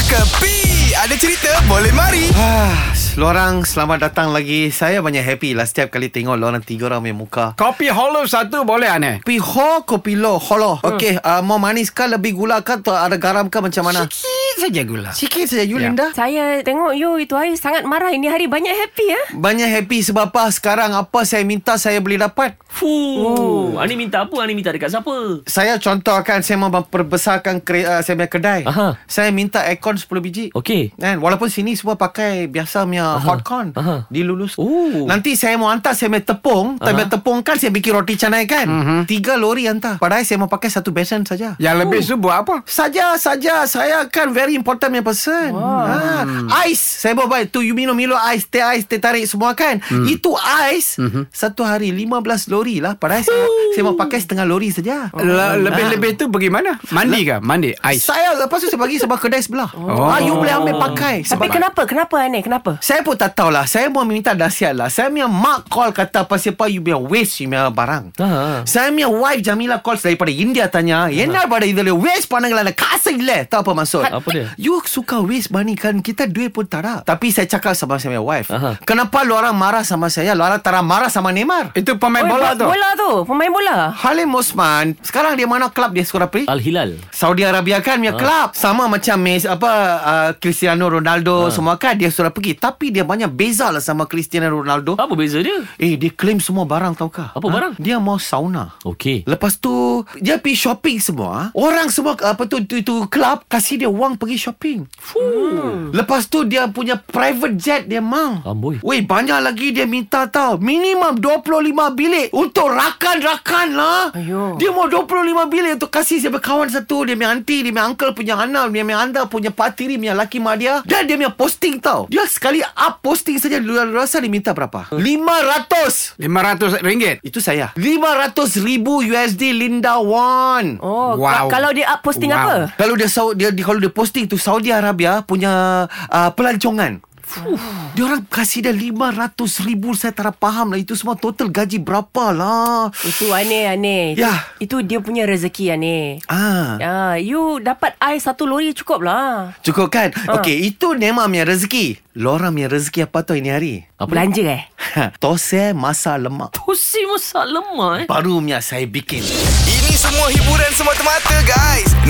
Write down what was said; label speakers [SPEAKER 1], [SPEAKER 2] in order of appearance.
[SPEAKER 1] Kepi Ada cerita boleh mari
[SPEAKER 2] Ah, lorang selamat datang lagi. Saya banyak happy lah setiap kali tengok lorang tiga orang punya muka.
[SPEAKER 3] Kopi hollow satu boleh aneh.
[SPEAKER 2] Kopi ho, kopi lo, holo. Okey, uh, mau manis kah, lebih gula kah, atau ada garam kah macam mana?
[SPEAKER 3] Sikit saja gula.
[SPEAKER 2] Sikit saja, you
[SPEAKER 3] Ya.
[SPEAKER 2] Linda.
[SPEAKER 4] Saya tengok you itu hari sangat marah. Ini hari banyak happy ya.
[SPEAKER 2] Banyak happy sebab apa sekarang apa saya minta saya boleh dapat.
[SPEAKER 5] Fuh. Ani minta apa? Ani minta dekat siapa?
[SPEAKER 2] Saya contohkan saya mau memperbesarkan kre, uh, saya punya kedai.
[SPEAKER 5] Aha.
[SPEAKER 2] Saya minta aircon 10 biji.
[SPEAKER 5] Okey.
[SPEAKER 2] Kan walaupun sini semua pakai biasa punya Aha. hotcon
[SPEAKER 5] Aha.
[SPEAKER 2] dilulus.
[SPEAKER 5] Oh.
[SPEAKER 2] Nanti saya mau hantar saya punya tepung, saya punya tepung kan saya bikin roti canai kan. Tiga lori hantar. Padahal saya mau pakai satu besen saja.
[SPEAKER 3] Yang lebih tu buat apa?
[SPEAKER 2] Saja saja saya kan very important punya person. Ha. Ais saya bawa baik tu you minum milo ais teh ais teh tarik semua kan. Itu ais satu hari 15 lori lah. Padahal saya, saya mau pakai setengah lori saja.
[SPEAKER 3] Le- Lebih-lebih tu pergi mana? Mandi ke? Mandi ais.
[SPEAKER 2] Saya lepas tu saya bagi sebab kedai sebelah.
[SPEAKER 3] Oh.
[SPEAKER 2] Ah you boleh ambil pakai.
[SPEAKER 4] Tapi
[SPEAKER 2] Sebab
[SPEAKER 4] kenapa? Kenapa Aneh? Kenapa?
[SPEAKER 2] Saya pun tak tahulah Saya pun minta nasihat lah Saya punya mak call Kata pasal-pasal You punya waste You punya barang
[SPEAKER 5] Ha.
[SPEAKER 2] Saya punya wife Jamila calls Daripada India tanya என்ன pada இதில் waste பண்ணுங்களா காசு இல்ல Tahu apa maksud
[SPEAKER 5] Ha. Apa dia?
[SPEAKER 2] You suka waste money kan Kita duit pun tak ada Tapi saya cakap sama saya punya wife
[SPEAKER 5] Aha.
[SPEAKER 2] Kenapa lu orang marah sama saya Lu orang tak nak marah sama
[SPEAKER 5] Eh.
[SPEAKER 2] Neymar
[SPEAKER 3] Itu pemain
[SPEAKER 4] Oi,
[SPEAKER 3] bola
[SPEAKER 4] bo-
[SPEAKER 3] tu.
[SPEAKER 4] Bola tu. Pemain bola.
[SPEAKER 2] Halim Osman Sekarang dia mana klub dia sekolah pergi?
[SPEAKER 5] Al-Hilal.
[SPEAKER 2] Saudi Arabia kan
[SPEAKER 5] Ha.
[SPEAKER 2] punya club sama macam Messi apa uh, Cristiano
[SPEAKER 5] Ha.
[SPEAKER 2] Ronaldo semua kan dia sudah pergi tapi dia banyak beza lah sama Cristiano Ronaldo.
[SPEAKER 5] Apa beza dia?
[SPEAKER 2] Eh dia claim semua barang taukah?
[SPEAKER 5] Apa barang?
[SPEAKER 2] Dia mau sauna.
[SPEAKER 5] Okey.
[SPEAKER 2] Lepas tu dia pergi shopping semua. Orang semua apa tu tu, tu club kasih dia wang pergi shopping. Hmm. Lepas tu dia punya private jet dia mang.
[SPEAKER 5] Amboi.
[SPEAKER 2] Weh banyak lagi dia minta tau. Minimum 25 bilik untuk rakan-rakan lah.
[SPEAKER 4] Ayo.
[SPEAKER 2] Dia mau 25 bilik untuk kasih siapa kawan satu, dia punya aunty, dia punya uncle punya anak, dia punya anda punya patiri, punya laki mak dia. Dan dia punya posting tau. Dia sekali up posting saja luar rasa dia minta berapa? 500.
[SPEAKER 3] RM500. ringgit.
[SPEAKER 2] Itu saya 500 ribu USD Linda Wan oh.
[SPEAKER 4] Oh,
[SPEAKER 3] Wow.
[SPEAKER 4] wow. kalau dia up posting
[SPEAKER 3] Wow.
[SPEAKER 4] apa?
[SPEAKER 2] Kalau dia, Sau- dia dia- Kalau dia posting tu Saudi Arabia punya uh, Pelancongan Fuh. Dia orang kasih dia 500 ribu Saya tak faham lah Itu semua total gaji berapa lah
[SPEAKER 4] Itu Aneh Aneh.
[SPEAKER 2] Yah.
[SPEAKER 3] Ya.
[SPEAKER 4] Itu dia punya rezeki Aneh.
[SPEAKER 2] Ah,
[SPEAKER 4] Ya, you dapat ais satu lori cukup lah.
[SPEAKER 2] Cukup kan uh. Okay itu Nema punya rezeki Lorang punya rezeki apa tu ini hari Ha,
[SPEAKER 5] Apa?
[SPEAKER 4] Belanja eh?
[SPEAKER 2] Tose masa lemak
[SPEAKER 5] Pusi masak lemak eh.
[SPEAKER 2] Baru punya saya bikin
[SPEAKER 1] Ini semua hiburan semata-mata guys